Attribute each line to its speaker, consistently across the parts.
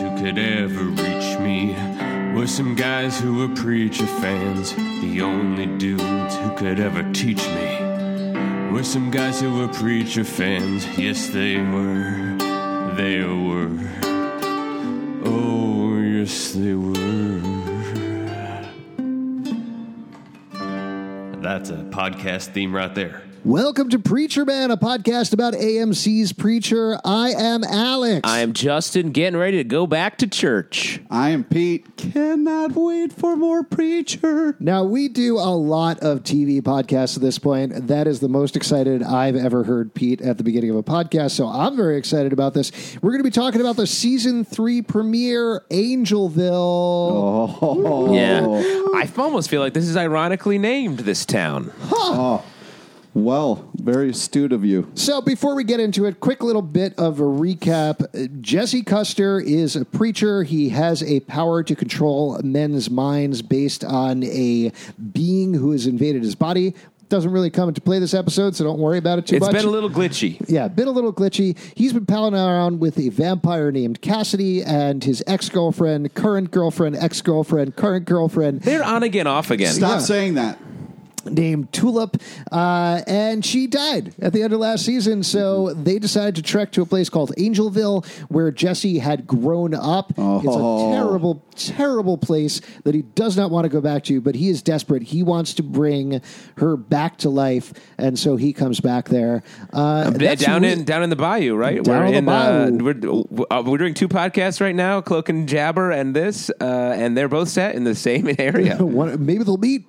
Speaker 1: ever reached me were some guys who were preacher fans. The only dudes who could ever teach me were some guys who were preacher fans. Yes, they were. They were. Oh, yes, they were. That's a podcast theme right there.
Speaker 2: Welcome to Preacher Man, a podcast about AMC's Preacher. I am Alex.
Speaker 3: I am Justin getting ready to go back to church.
Speaker 4: I am Pete. Cannot wait for more preacher.
Speaker 2: Now, we do a lot of TV podcasts at this point. That is the most excited I've ever heard Pete at the beginning of a podcast. So I'm very excited about this. We're going to be talking about the season three premiere, Angelville.
Speaker 4: Oh,
Speaker 3: Yeah. I almost feel like this is ironically named this town.
Speaker 4: well, very astute of you.
Speaker 2: So before we get into it, quick little bit of a recap. Uh, Jesse Custer is a preacher. He has a power to control men's minds based on a being who has invaded his body. Doesn't really come into play this episode, so don't worry about it too
Speaker 3: It's
Speaker 2: much.
Speaker 3: been a little glitchy.
Speaker 2: Yeah, been a little glitchy. He's been palling around with a vampire named Cassidy and his ex girlfriend, current girlfriend, ex girlfriend, current girlfriend
Speaker 3: They're on again, off again.
Speaker 4: Stop
Speaker 2: Yeah.
Speaker 4: saying that.
Speaker 2: named Tulip. Uh, and she died at the end of last season. So they decided to trek to a place called Angelville where Jesse had grown up.
Speaker 4: Oh.
Speaker 2: It's a terrible, terrible place that he does not want to go back to, but he is desperate. He wants to bring her back to life. And so he comes back there. Uh,
Speaker 3: Yeah,
Speaker 2: that's
Speaker 3: Eh, down
Speaker 2: re-
Speaker 3: in down in the bayou, right?
Speaker 2: Down
Speaker 3: we're
Speaker 2: in the bayou.
Speaker 3: Uh, we're, uh, we're doing two podcasts right now, Cloak and Jabber, and this, uh, and they're both set in the same area.
Speaker 2: One- maybe they'll meet.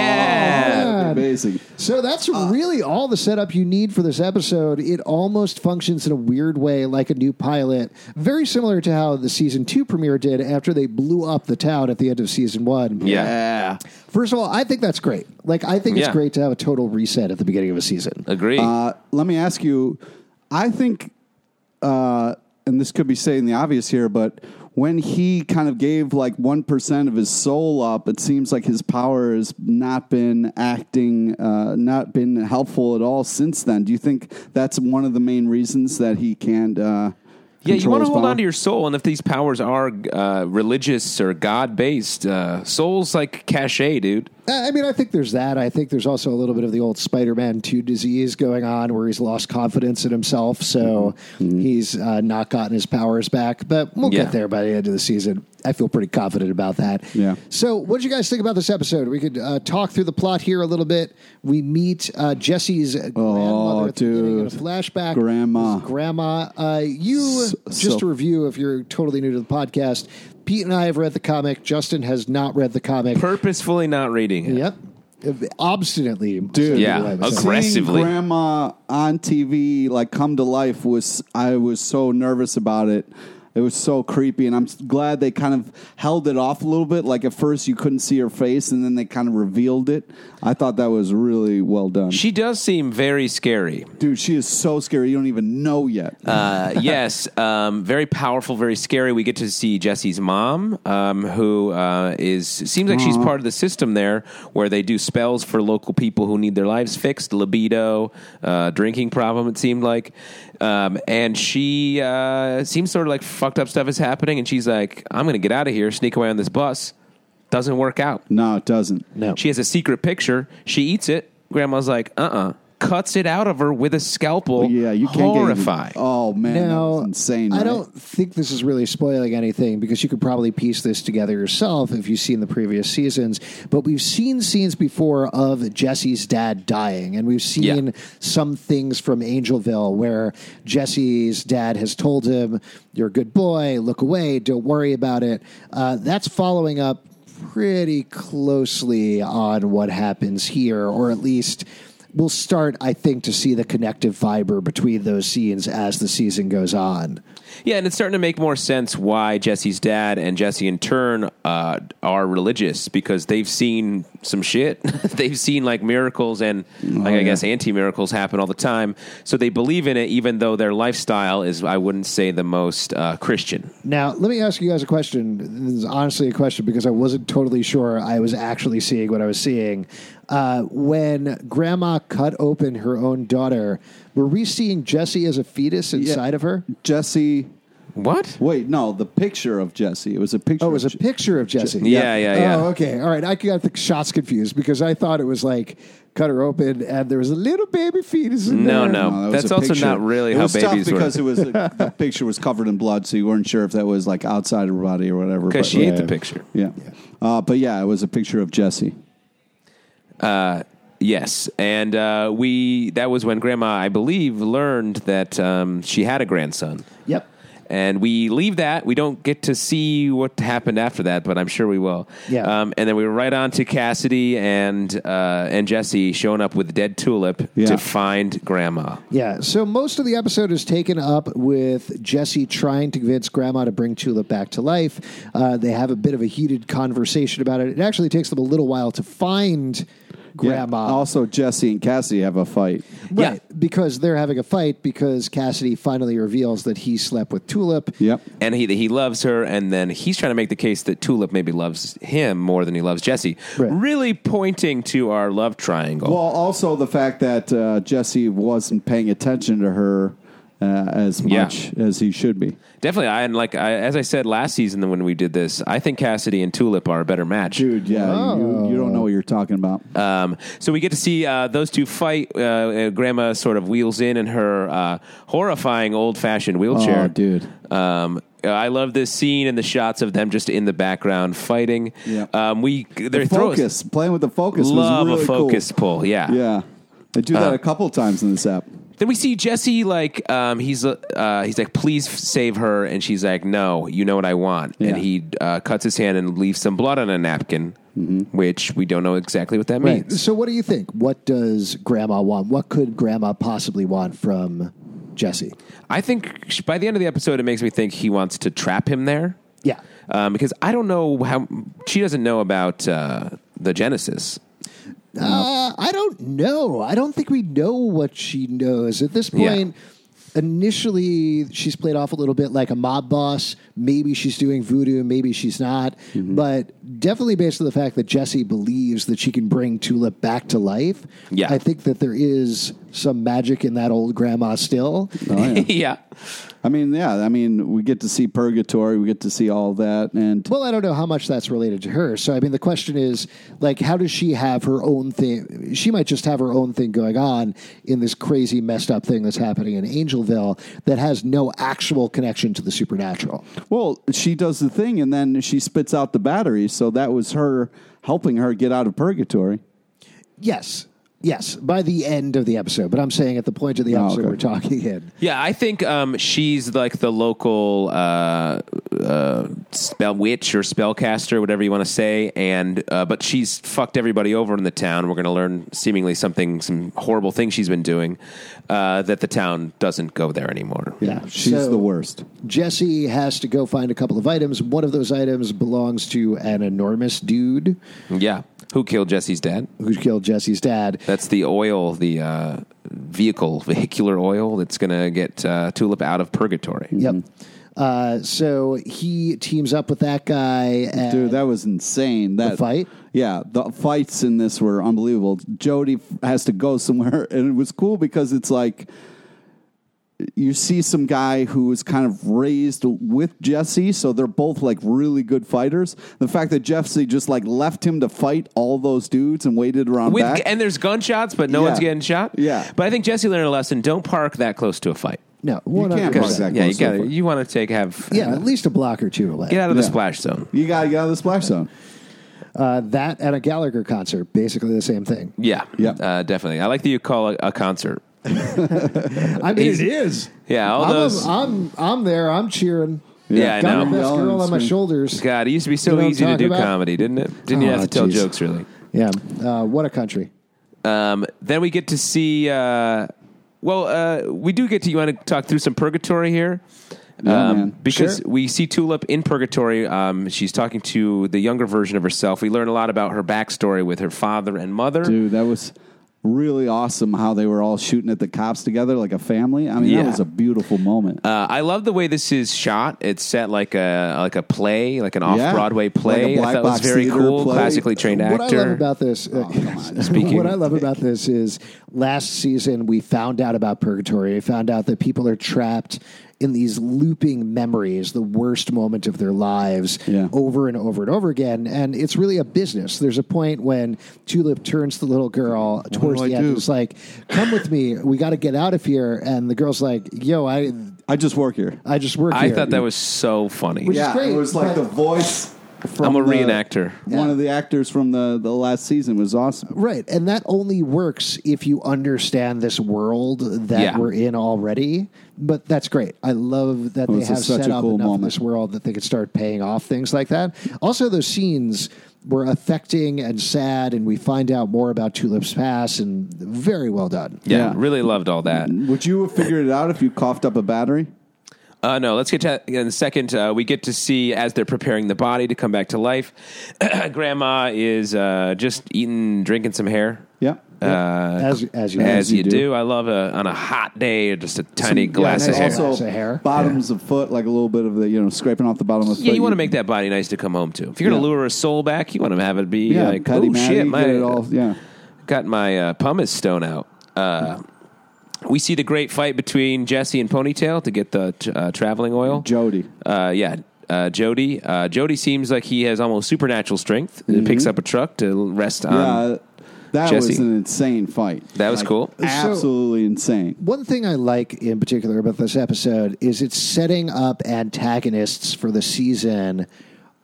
Speaker 3: yeah.
Speaker 2: God.
Speaker 4: Amazing.
Speaker 2: So that's really all the setup you need for this episode. It almost functions in a weird way like a new pilot, very similar to how the season two premiere did after they blew up the town at the end of season one.
Speaker 3: Yeah.
Speaker 2: First of all, I think that's great. Like, I think it's
Speaker 3: Yeah.
Speaker 2: great to have a total reset at the beginning of a season.
Speaker 3: Agree.
Speaker 4: Uh, let me ask you. I think, uh, and this could be saying the obvious here, but when he kind of gave like one percent of his soul up, it seems like his power has not been acting, uh, not been helpful at all since then. Do you think that's one of the main reasons that he can't? Uh,
Speaker 3: yeah, you
Speaker 4: control
Speaker 3: want to
Speaker 4: his
Speaker 3: hold
Speaker 4: power?
Speaker 3: on to your soul, and if these powers are uh, religious or God based, uh, soul's like cachet, dude.
Speaker 2: I I mean, I think there's that. I think there's also a little bit of the old Spider-Man Two disease going on, where he's lost confidence in himself, so
Speaker 4: Mm-hmm.
Speaker 2: he's uh, not gotten his powers back. But we'll
Speaker 3: Yeah.
Speaker 2: get there by the end of the season. I feel pretty confident about that.
Speaker 4: Yeah.
Speaker 2: So, what did you guys think about this episode? We could uh, talk through the plot here a little bit. We meet uh, Jesse's grandmother at the beginning in a
Speaker 4: Oh, dude.
Speaker 2: flashback.
Speaker 4: Grandma.
Speaker 2: grandma. Uh, you
Speaker 4: S-
Speaker 2: just
Speaker 4: so-
Speaker 2: a review if you're totally new to the podcast. Pete and I have read the comic. Justin has not read the comic.
Speaker 3: Purposefully not reading it.
Speaker 2: Yep. Obstinately,
Speaker 4: Dude.
Speaker 3: Yeah.
Speaker 2: So-
Speaker 3: Aggra- Aggressively.
Speaker 4: Seeing grandma on TV like come to life was I was so nervous about it. It was so creepy, and I'm s- glad they kind of held it off a little bit. Like at first you couldn't see her face, and then they kind of revealed it. I thought that was really well done,
Speaker 3: She does seem very scary.
Speaker 4: dude. She is so scary. You don't even know yet.
Speaker 3: Uh, yes, um, very powerful, very scary. We get to see Jesse's mom, um, who uh, is seems like
Speaker 4: Mm.
Speaker 3: she's part of the system there, where they do spells for local people who need their lives fixed, libido, uh, drinking problem. It seemed like, um, and she uh, seems sort of like fucked up stuff is happening, and she's like, "I'm going to get out of here, sneak away on this bus." Doesn't work out.
Speaker 4: no, it doesn't.
Speaker 2: no.
Speaker 3: She has a secret picture. She eats it. Grandma's like, "Uh uh Cuts it out of her with a scalpel.
Speaker 4: Yeah, you can't
Speaker 3: horrify.
Speaker 4: get. Oh man, that
Speaker 2: now,
Speaker 4: was insane.
Speaker 2: I
Speaker 4: right?
Speaker 2: don't think this is really spoiling anything because you could probably piece this together yourself if you've seen the previous seasons. But we've seen scenes before of Jesse's dad dying, and we've seen
Speaker 3: Yeah.
Speaker 2: some things from Angelville where Jesse's dad has told him, You're a good boy, look away, don't worry about it. Uh, that's following up pretty closely on what happens here, or at least we'll start, I think, to see the connective fiber between those scenes as the season goes on.
Speaker 3: Yeah, and it's starting to make more sense why Jesse's dad and Jesse in turn uh, are religious because they've seen some shit. they've seen like miracles and like I guess anti miracles happen all the time. So they believe in it, even though their lifestyle is I wouldn't say the most uh, Christian.
Speaker 2: Now, let me ask you guys a question. This is honestly a question because I wasn't totally sure I was actually seeing what I was seeing. Uh, when Grandma cut open her own daughter, were we seeing Jesse as a fetus inside of her?
Speaker 4: Jesse
Speaker 3: What?
Speaker 4: Wait, no, the picture of Jesse. It was a picture.
Speaker 2: Oh, it was
Speaker 4: of
Speaker 2: a picture of Jesse.
Speaker 3: Yeah, yeah, yeah.
Speaker 2: Oh, okay. All right. I got the shots confused because I thought it was like cut her open and there was a little baby fetus in
Speaker 3: No,
Speaker 2: there.
Speaker 3: no.
Speaker 4: that was
Speaker 3: That's
Speaker 4: a
Speaker 3: also
Speaker 4: picture.
Speaker 3: not really
Speaker 4: it
Speaker 3: how
Speaker 4: was
Speaker 3: babies work.
Speaker 4: tough because it was the picture was covered in blood, so you weren't sure if that was like outside her body or whatever.
Speaker 3: Because
Speaker 4: but-
Speaker 3: she ate
Speaker 4: yeah.
Speaker 3: the picture.
Speaker 4: Yeah, Uh, but yeah, it was a picture of Jesse.
Speaker 3: Yes, and uh, we that was when Grandma, I believe, learned that um, she had a grandson.
Speaker 2: Yep.
Speaker 3: And we leave that. We don't get to see what happened after that, but I'm sure we will.
Speaker 2: Yeah.
Speaker 3: Um, and then we were right on to Cassidy and uh, and Jesse showing up with dead tulip
Speaker 4: Yeah.
Speaker 3: to find Grandma.
Speaker 2: Yeah. So most of the episode is taken up with Jesse trying to convince Grandma to bring Tulip back to life. Uh, they have a bit of a heated conversation about it. It actually takes them a little while to find Grandma.
Speaker 4: Yeah. Also, Jesse and Cassie have a fight.
Speaker 2: Right,
Speaker 3: Yeah.
Speaker 2: because they're having a fight because Cassidy finally reveals that he slept with Tulip.
Speaker 4: Yep.
Speaker 3: and he he loves her, and then he's trying to make the case that Tulip maybe loves him more than he loves Jesse,
Speaker 2: Right.
Speaker 3: really pointing to our love triangle.
Speaker 4: Well, also the fact that uh, Jesse wasn't paying attention to her uh, as
Speaker 3: Yeah.
Speaker 4: much as he should be.
Speaker 3: Definitely, I and like I, as I said last season when we did this, I think Cassidy and Tulip are a better match.
Speaker 4: Dude, yeah, you, you don't know what you're talking about.
Speaker 3: Um, so we get to see uh, those two fight. Uh, Uh, Grandma sort of wheels in in her uh, horrifying old fashioned wheelchair.
Speaker 4: Oh, dude.
Speaker 3: Um, I love this scene and the shots of them just in the background fighting.
Speaker 4: Yeah.
Speaker 3: Um, we they're
Speaker 4: The focus, playing with the focus
Speaker 3: Throws, love
Speaker 4: was really
Speaker 3: a focus Uh-huh. pull.
Speaker 4: Cool. Yeah, they do that a couple times in this app.
Speaker 3: Then we see Jesse like um, he's uh, uh, he's like please f- save her and she's like no you know what I want and
Speaker 4: Yeah.
Speaker 3: he uh, cuts his hand and leaves some blood on a napkin
Speaker 4: Mm-hmm.
Speaker 3: which we don't know exactly what that
Speaker 2: Right.
Speaker 3: means.
Speaker 2: So, what do you think? What does Grandma want? What could Grandma possibly want from Jesse?
Speaker 3: I think sh- by the end of the episode it makes me think he wants to trap him there.
Speaker 2: Yeah.
Speaker 3: Um, because I don't know how she doesn't know about uh, the Genesis.
Speaker 2: Uh, I don't know. I don't think we know what she knows at this
Speaker 3: Yeah.
Speaker 2: point. Initially, she's played off a little bit like a mob boss. Maybe she's doing voodoo, maybe she's not.
Speaker 3: Mm-hmm.
Speaker 2: But definitely, based on the fact that Jesse believes that she can bring Tulip back to life,
Speaker 3: Yeah.
Speaker 2: I think that there is some magic in that old grandma still.
Speaker 3: Uh-huh.
Speaker 4: Oh, yeah.
Speaker 3: yeah.
Speaker 4: I mean, yeah, I mean, we get to see purgatory, we get to see all that, and
Speaker 2: Well, I don't know how much that's related to her. So, I mean, the question is, like, how does she have her own thing? She might just have her own thing going on in this crazy, messed up thing that's happening in Angelville that has no actual connection to the supernatural.
Speaker 4: well, she does the thing, and then she spits out the battery. So that was her helping her get out of purgatory.
Speaker 2: Yes. Yes, by the end of the episode. But I'm saying at the point of the episode
Speaker 4: Oh, okay.
Speaker 2: we're talking in.
Speaker 3: Yeah, I think um, she's like the local uh, uh, spell witch or spellcaster, whatever you want to say, and uh, but she's fucked everybody over in the town. We're going to learn seemingly something, some horrible thing she's been doing uh, that the town doesn't go there anymore.
Speaker 2: Yeah.
Speaker 4: she's
Speaker 2: So-
Speaker 4: the worst.
Speaker 2: Jesse has to go find a couple of items. One of those items belongs to an enormous dude
Speaker 3: Yeah. who killed Jesse's dad?
Speaker 2: who killed Jesse's dad.
Speaker 3: That's the oil, the uh, vehicle, vehicular oil that's going to get uh, Tulip out of purgatory.
Speaker 2: Yep. Uh, so he teams up with that guy. And
Speaker 4: Dude, that was insane. That
Speaker 2: fight?
Speaker 4: Yeah, the fights in this were unbelievable. Jody f- has to go somewhere, and it was cool because it's like you see some guy who was kind of raised with Jesse, so they're both like really good fighters. The fact that Jesse just like left him to fight all those dudes and waited around
Speaker 3: With,
Speaker 4: back.
Speaker 3: and there's gunshots, but no
Speaker 4: Yeah.
Speaker 3: one's getting shot.
Speaker 4: Yeah.
Speaker 3: But I think Jesse learned a lesson: don't park that close to a fight.
Speaker 2: No,
Speaker 4: You
Speaker 2: one
Speaker 4: can't
Speaker 2: hundred
Speaker 4: park
Speaker 2: percent.
Speaker 4: that
Speaker 3: Yeah, you
Speaker 4: close to a
Speaker 3: got to
Speaker 4: fight.
Speaker 3: You want to take have
Speaker 2: Yeah, at least a block or two away.
Speaker 3: get out of the
Speaker 4: Yeah.
Speaker 3: splash zone.
Speaker 4: You got to get out of the splash zone.
Speaker 2: Uh, that at a Gallagher concert, basically the same thing.
Speaker 3: Yeah,
Speaker 4: Yeah.
Speaker 3: uh, definitely. I like that you call a, a concert.
Speaker 2: I mean, it is.
Speaker 3: Yeah, all
Speaker 2: I'm,
Speaker 3: those.
Speaker 2: I'm I'm there. I'm cheering.
Speaker 3: yeah, I
Speaker 2: Got
Speaker 3: know.
Speaker 2: my best
Speaker 4: Yelling
Speaker 2: girl
Speaker 4: and
Speaker 2: on my
Speaker 4: screaming.
Speaker 2: shoulders.
Speaker 3: God, it used to be
Speaker 2: You
Speaker 3: so
Speaker 2: know what I'm
Speaker 3: easy to
Speaker 2: talking
Speaker 3: do
Speaker 2: about?
Speaker 3: comedy, didn't it? Didn't you
Speaker 2: Oh,
Speaker 3: have to tell
Speaker 2: jeez.
Speaker 3: jokes really?
Speaker 2: Yeah. Uh, what a country.
Speaker 3: Um, then we get to see. Uh, well, uh, we do get to. You want to talk through some purgatory here? Um,
Speaker 4: Yeah, man.
Speaker 3: because
Speaker 2: Sure.
Speaker 3: we see Tulip in purgatory. Um, she's talking to the younger version of herself. We learn a lot about her backstory with her father and mother.
Speaker 4: Dude, that was really awesome how they were all shooting at the cops together like a family. I mean,
Speaker 3: Yeah.
Speaker 4: that was a beautiful moment.
Speaker 3: Uh, I love the way this is shot. It's set like a like a play, like an off Broadway
Speaker 4: Like a
Speaker 3: play. I
Speaker 4: black
Speaker 3: thought it was
Speaker 4: box
Speaker 3: very
Speaker 4: theater
Speaker 3: cool.
Speaker 4: play.
Speaker 3: Classically trained actor.
Speaker 2: What I love about this,
Speaker 3: Speaking-
Speaker 2: Oh, what I love about this is last season we found out about purgatory. We found out that people are trapped in these looping memories, the worst moment of their lives
Speaker 4: Yeah.
Speaker 2: over and over and over again. And it's really a business. There's a point when Tulip turns to the little girl towards
Speaker 4: do
Speaker 2: the
Speaker 4: I
Speaker 2: end.
Speaker 4: do?
Speaker 2: and It's like, come with me. We got to get out of here. And the girl's like, yo, I,
Speaker 4: I just work here.
Speaker 2: I just work
Speaker 3: I
Speaker 2: here.
Speaker 3: thought that was so funny.
Speaker 2: Which- is great,
Speaker 4: it was like
Speaker 2: but-
Speaker 4: the voice. From
Speaker 3: I'm a
Speaker 4: the-
Speaker 3: reenactor.
Speaker 4: One of the actors from the, the last season was awesome.
Speaker 2: Right. And that only works if you understand this world that
Speaker 3: Yeah.
Speaker 2: we're in already. But that's great. I love that
Speaker 4: Well,
Speaker 2: they
Speaker 4: this
Speaker 2: have
Speaker 4: is such
Speaker 2: set
Speaker 4: a
Speaker 2: up
Speaker 4: cool
Speaker 2: enough of
Speaker 4: moment.
Speaker 2: this world that they could start paying off things like that. Also, those scenes were affecting and sad, and we find out more about Tulip's past, and very well done.
Speaker 3: Yeah,
Speaker 4: Yeah.
Speaker 3: really loved all that.
Speaker 4: Would you have figured it out if you coughed up a battery?
Speaker 3: Uh, no, let's get to that in a second. Uh, we get to see as they're preparing the body to come back to life. Grandma is uh, just eating, drinking some hair.
Speaker 4: Yeah.
Speaker 3: Uh,
Speaker 2: As, as you
Speaker 3: as you,
Speaker 4: you
Speaker 3: do.
Speaker 4: do.
Speaker 3: I love a, on a hot day, just a tiny glass
Speaker 2: and
Speaker 3: of hair.
Speaker 2: it's
Speaker 4: also
Speaker 2: Glass of hair.
Speaker 4: bottoms of foot, like a little bit of the you know scraping off the bottom of the
Speaker 3: yeah,
Speaker 4: foot.
Speaker 3: you want to make that body nice to come home to. If you're going to
Speaker 4: Yeah.
Speaker 3: lure a soul back, you want to have it be
Speaker 4: yeah,
Speaker 3: like,
Speaker 4: Patty
Speaker 3: oh
Speaker 4: Matty,
Speaker 3: shit,
Speaker 4: get
Speaker 3: my
Speaker 4: it all, yeah.
Speaker 3: got my uh, pumice stone out. Uh, we see the great fight between Jesse and Ponytail to get the t- uh, traveling oil.
Speaker 4: Jody.
Speaker 3: uh, yeah, uh, Jody. Uh, Jody seems like he has almost supernatural strength. He Picks up a truck to rest on.
Speaker 4: Mm-hmm. yeah, that was
Speaker 3: Um, Jesse.
Speaker 4: an insane fight.
Speaker 3: That was
Speaker 4: Like,
Speaker 3: cool.
Speaker 4: Absolutely insane.
Speaker 2: One thing I like in particular about this episode is it's setting up antagonists for the season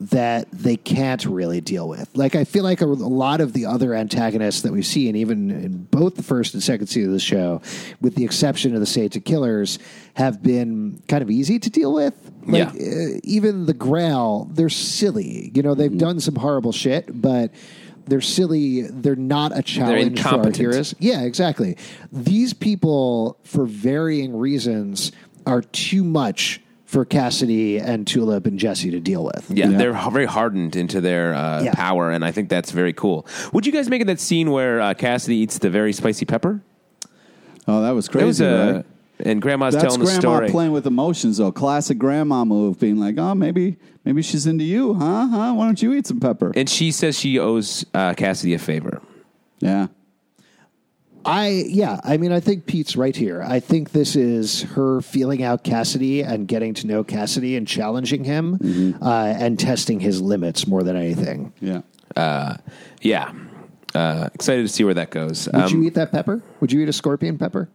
Speaker 2: that they can't really deal with. Like I feel like a, a lot of the other antagonists that we've seen, even in both the first and second season of the show, with the exception of the Satan Killers, have been kind of easy to deal with. Like uh, even the Grail, they're silly. You know, they've done some horrible shit, but they're silly. They're not a challenge for our
Speaker 3: incompetent.
Speaker 2: heroes. Yeah, exactly. These people, for varying reasons, are too much for Cassidy and Tulip and Jesse to deal with.
Speaker 3: Yeah,
Speaker 4: Yeah.
Speaker 3: they're h- very hardened into their uh,
Speaker 2: Yeah.
Speaker 3: power, and I think that's very cool. Would you guys make it that scene where uh, Cassidy eats the very spicy pepper?
Speaker 4: Oh, that was
Speaker 3: That
Speaker 4: crazy.
Speaker 3: was uh,
Speaker 4: right?
Speaker 3: and Grandma's
Speaker 4: That's
Speaker 3: telling the
Speaker 4: grandma
Speaker 3: story.
Speaker 4: playing with emotions, though. Classic grandma move, being like, "Oh, maybe, maybe she's into you, huh? Huh? Why don't you eat some pepper?"
Speaker 3: and she says she owes uh, Cassidy a favor.
Speaker 4: yeah,
Speaker 2: I yeah, I mean I think Pete's right here. I think this is her feeling out Cassidy and getting to know Cassidy and challenging him
Speaker 3: Mm-hmm.
Speaker 2: uh, and testing his limits more than anything.
Speaker 4: yeah.
Speaker 3: Uh, yeah. Uh, excited to see where that goes. Um,
Speaker 2: Would you eat that pepper? Would you eat a scorpion pepper?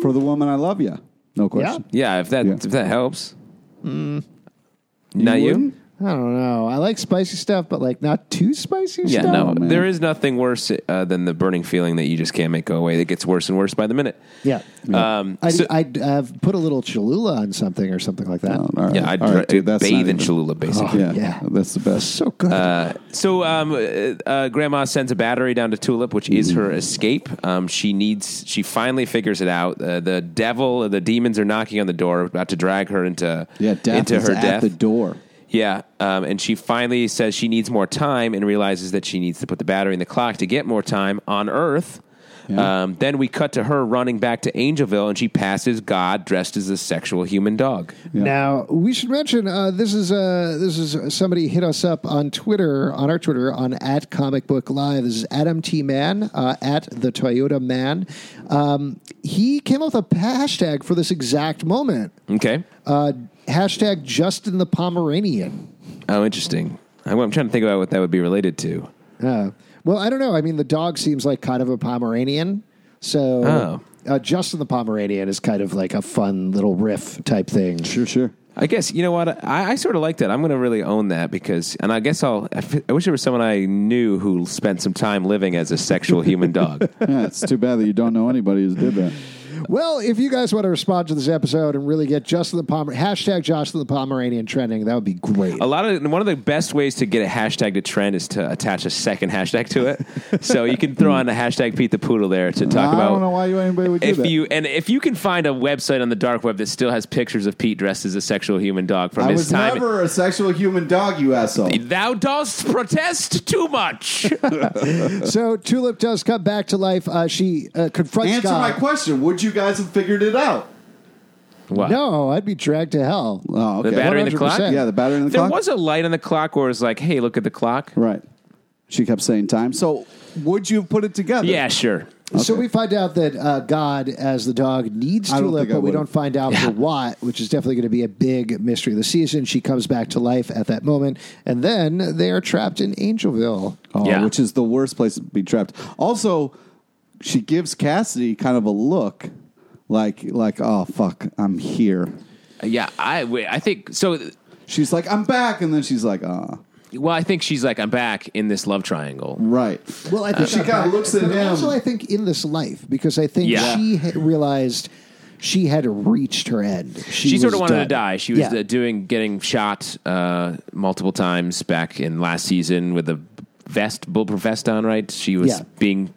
Speaker 4: For the woman, I love you. No question.
Speaker 3: Yeah, if that
Speaker 4: Yeah.
Speaker 3: if that helps. Not you?
Speaker 4: wouldn't?
Speaker 2: I don't know. I like spicy stuff, but like not too spicy
Speaker 3: Yeah,
Speaker 2: stuff.
Speaker 3: no.
Speaker 4: man.
Speaker 3: There is nothing worse uh, than the burning feeling that you just can't make go away. That gets worse and worse by the minute.
Speaker 2: Yeah.
Speaker 3: Um,
Speaker 2: I'd,
Speaker 3: so-
Speaker 2: I'd have put a little Cholula on something or something like that.
Speaker 4: Oh, all right.
Speaker 3: Yeah, I'd
Speaker 4: All right, dude, that's not
Speaker 3: bathe in
Speaker 4: even-
Speaker 3: Cholula, basically.
Speaker 4: Oh, Yeah,
Speaker 2: Yeah.
Speaker 4: that's the best.
Speaker 2: so good.
Speaker 3: Uh, So, um, uh, uh, Grandma sends a battery down to Tulip, which is her escape. Um, she needs. She finally figures it out. Uh, the devil, the demons are knocking on the door, about to drag her into
Speaker 4: Yeah, death
Speaker 3: into
Speaker 4: is
Speaker 3: her
Speaker 4: at
Speaker 3: death.
Speaker 4: the door.
Speaker 3: Yeah, um, and she finally says she needs more time and realizes that she needs to put the battery in the clock to get more time on Earth.
Speaker 4: Yeah.
Speaker 3: Um, then we cut to her running back to Angelville, and she passes God dressed as a sexual human dog.
Speaker 4: Yeah.
Speaker 2: Now we should mention uh, this is uh, this is somebody hit us up on Twitter on our Twitter on at Comic Book Live. This is Adam T Man uh, at the Toyota Man. Um, he came up with a hashtag for this exact moment.
Speaker 3: Okay,
Speaker 2: Uh, hashtag Justin the Pomeranian.
Speaker 3: oh, interesting. I'm I'm trying to think about what that would be related to.
Speaker 2: Uh, well, I don't know. I mean, the dog seems like kind of a Pomeranian, so.
Speaker 3: Oh.
Speaker 2: Uh, Justin the Pomeranian is kind of like a fun little riff type thing.
Speaker 4: Sure, sure.
Speaker 3: I guess you know what I, I sort of like that. I'm going to really own that because, and I guess I'll. I, f- I wish there was someone I knew who spent some time living as a sexual human dog.
Speaker 4: Yeah, it's too bad that you don't know anybody who did that.
Speaker 2: Well, if you guys want to respond to this episode and really get Justin the Pomer hashtag Justin the Pomeranian trending, that would be great.
Speaker 3: A lot of one of the best ways to get a hashtag to trend is to attach a second hashtag to it. so you can throw on the hashtag Pete the Poodle there to talk
Speaker 4: I
Speaker 3: about.
Speaker 4: don't know why you anybody would do
Speaker 3: if
Speaker 4: that.
Speaker 3: you and if you can find a website on the dark web that still has pictures of Pete dressed as a sexual human dog from
Speaker 4: I
Speaker 3: his
Speaker 4: was
Speaker 3: time,
Speaker 4: never a sexual human dog, you asshole.
Speaker 3: thou dost protest too much.
Speaker 2: so Tulip does come back to life. Uh, she uh, confronts
Speaker 4: Answer
Speaker 2: God.
Speaker 4: my question. Would you guys have figured it out?
Speaker 3: What?
Speaker 2: No, I'd be dragged to hell.
Speaker 4: Oh, okay.
Speaker 3: The battery in the clock?
Speaker 2: 100%.
Speaker 4: Yeah, the battery in the
Speaker 3: There
Speaker 4: clock.
Speaker 3: was a light on the clock where it was like, "Hey, look at the clock."
Speaker 4: right. She kept saying time. So would you have put it together?
Speaker 3: Yeah, sure.
Speaker 2: So we find out that uh, God, as the dog, needs
Speaker 4: I
Speaker 2: to
Speaker 4: don't
Speaker 2: live,
Speaker 4: think I
Speaker 2: but we
Speaker 4: would.
Speaker 2: don't find out for what, which is definitely going to be a big mystery of the season. She comes back to life at that moment, and then they are trapped in Angelville.
Speaker 4: Oh,
Speaker 3: Yeah.
Speaker 4: which is the worst place to be trapped. Also, she gives Cassidy kind of a look, like like oh fuck, I'm here.
Speaker 3: Yeah, I w- I think so.
Speaker 4: She's like, I'm back, and then she's like, ah,
Speaker 3: Well, I think she's like, I'm back in this love triangle.
Speaker 4: right.
Speaker 2: Well, I think
Speaker 4: She kinda looks at
Speaker 2: but
Speaker 4: him.
Speaker 2: Also, I think in this life because I think
Speaker 3: Yeah.
Speaker 2: she had realized she had reached her end.
Speaker 3: She, sort
Speaker 2: was
Speaker 3: of wanted
Speaker 2: done.
Speaker 3: to die. She was
Speaker 2: Yeah.
Speaker 3: uh, doing getting shot uh, multiple times back in last season with a vest, bulletproof vest on. Right, she was
Speaker 2: Yeah.
Speaker 3: being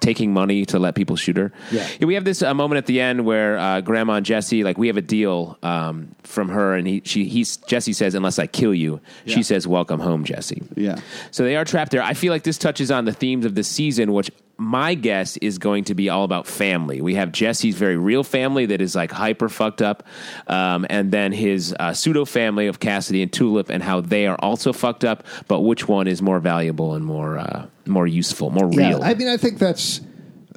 Speaker 3: taking money to let people shoot her.
Speaker 2: Yeah.
Speaker 3: we have this uh, moment at the end where uh, Grandma and Jesse like we have a deal um, from her, and he she he's Jesse says unless I kill you, she says welcome home, Jesse.
Speaker 4: Yeah.
Speaker 3: So they are trapped there. I feel like this touches on the themes of the season, which my guess is going to be all about family. We have Jesse's very real family that is like hyper fucked up, um, and then his uh, pseudo family of Cassidy and Tulip, and how they are also fucked up. But which one is more valuable and more uh, more useful, more real?
Speaker 2: Yeah, I mean, I think that's.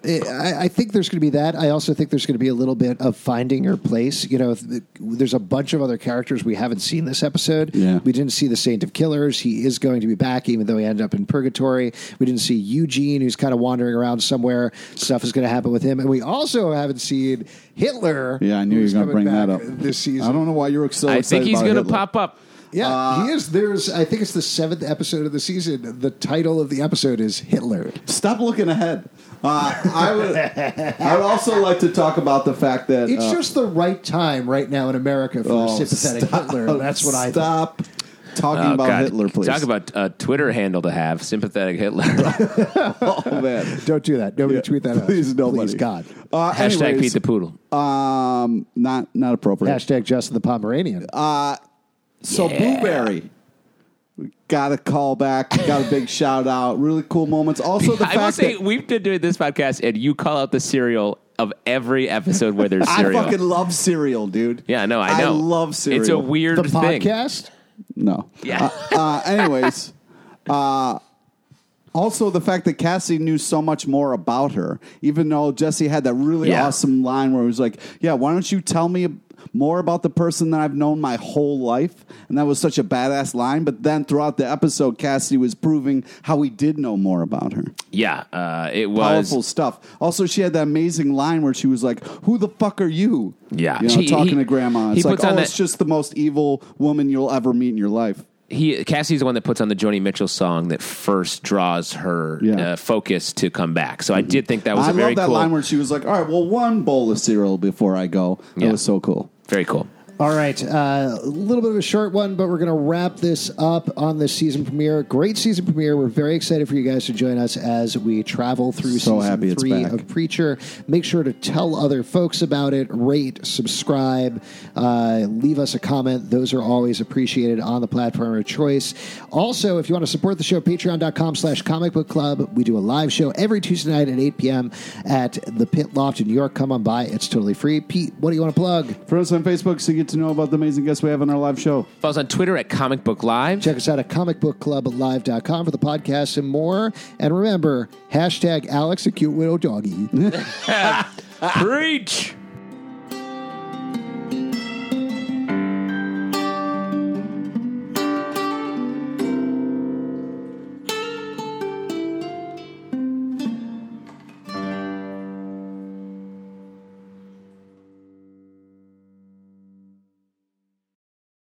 Speaker 2: eh, I, I think there's going to be that. I also think there's going to be a little bit of finding your place. You know, th- there's a bunch of other characters we haven't seen this episode.
Speaker 4: Yeah.
Speaker 2: We didn't see the Saint of Killers. He is going to be back, even though he ended up in purgatory. We didn't see Eugene, who's kind of wandering around somewhere. Stuff is going to happen with him, and we also haven't seen Hitler.
Speaker 4: Yeah, I knew you were
Speaker 2: who's
Speaker 4: going to
Speaker 2: coming
Speaker 4: bring that up
Speaker 2: back this season.
Speaker 4: I don't know why you were so.
Speaker 3: I
Speaker 4: excited
Speaker 3: think he's
Speaker 4: about
Speaker 3: going to
Speaker 4: Hitler.
Speaker 3: pop up.
Speaker 2: Yeah,
Speaker 4: uh,
Speaker 2: he is. There's, I think it's the seventh episode of the season. The title of the episode is Hitler.
Speaker 4: Stop looking ahead. Uh, I would. I would also like to talk about the fact that
Speaker 2: It's
Speaker 4: uh,
Speaker 2: just the right time right now in America for
Speaker 4: oh,
Speaker 2: a sympathetic
Speaker 4: stop,
Speaker 2: Hitler. That's what I thought.
Speaker 4: stop talking about Hitler, please.
Speaker 3: Oh, Talk about a Twitter handle to have. Sympathetic Hitler.
Speaker 4: oh man.
Speaker 2: Don't do that. Nobody tweet that out.
Speaker 4: Please, nobody.
Speaker 2: Please, God.
Speaker 4: Uh,
Speaker 3: Hashtag
Speaker 4: anyways,
Speaker 3: Pete the Poodle.
Speaker 4: Um, not not appropriate.
Speaker 2: Hashtag Justin the Pomeranian.
Speaker 4: Uh, So Blueberry got a call back, got a big shout out, really cool moments. Also the
Speaker 3: I will
Speaker 4: fact
Speaker 3: say
Speaker 4: that
Speaker 3: we've been doing this podcast, and you call out the cereal of every episode where there's
Speaker 4: I
Speaker 3: cereal.
Speaker 4: fucking love cereal, dude.
Speaker 3: yeah, no, I know.
Speaker 4: I love cereal.
Speaker 3: It's a weird
Speaker 2: the
Speaker 3: thing.
Speaker 2: podcast?
Speaker 4: No.
Speaker 3: Yeah.
Speaker 4: Uh, uh, anyways, uh, also the fact that Cassie knew so much more about her, even though Jesse had that really
Speaker 3: Yeah.
Speaker 4: awesome line where he was like, "Yeah, why don't you tell me?" More about the person that I've known my whole life. And that was such a badass line. But then throughout the episode, Cassidy was proving how he did know more about her.
Speaker 3: Yeah, uh, it was.
Speaker 4: powerful stuff. Also, she had that amazing line where she was like, "Who the fuck are you?"
Speaker 3: Yeah.
Speaker 4: you know,
Speaker 3: She-
Speaker 4: talking
Speaker 3: he-
Speaker 4: to grandma.
Speaker 3: he
Speaker 4: It's like,
Speaker 3: puts on
Speaker 4: oh,
Speaker 3: that-
Speaker 4: it's just the most evil woman you'll ever meet in your life.
Speaker 3: He Cassie's the one that puts on the Joni Mitchell song that first draws her
Speaker 4: Yeah.
Speaker 3: uh, focus to come back. So I did think that was
Speaker 4: I
Speaker 3: a very
Speaker 4: love that
Speaker 3: cool,
Speaker 4: line where she was like, "All right, well, one bowl of cereal before I go." That
Speaker 3: Yeah.
Speaker 4: was so cool.
Speaker 3: very cool.
Speaker 2: All right, uh, a little bit of a short one, but we're going to wrap this up on this season premiere. Great season premiere. We're very excited for you guys to join us as we travel through
Speaker 4: So
Speaker 2: season
Speaker 4: happy it's
Speaker 2: three
Speaker 4: back.
Speaker 2: of Preacher. Make sure to tell other folks about it, rate, subscribe, uh, leave us a comment. Those are always appreciated on the platform of choice. Also, if you want to support the show, patreon.com slash comic book club. We do a live show every Tuesday night at 8 p.m. at the Pit Loft in New York. Come on by. It's totally free. Pete, what do you want to plug?
Speaker 4: Friends on Facebook so you get to know about the amazing guests we have on our live show.
Speaker 3: Follow us on Twitter at Comic Book Live.
Speaker 2: Check us out at comicbookclublive.com for the podcast and more. And remember, hashtag Alex, a cute little doggy.
Speaker 3: Preach.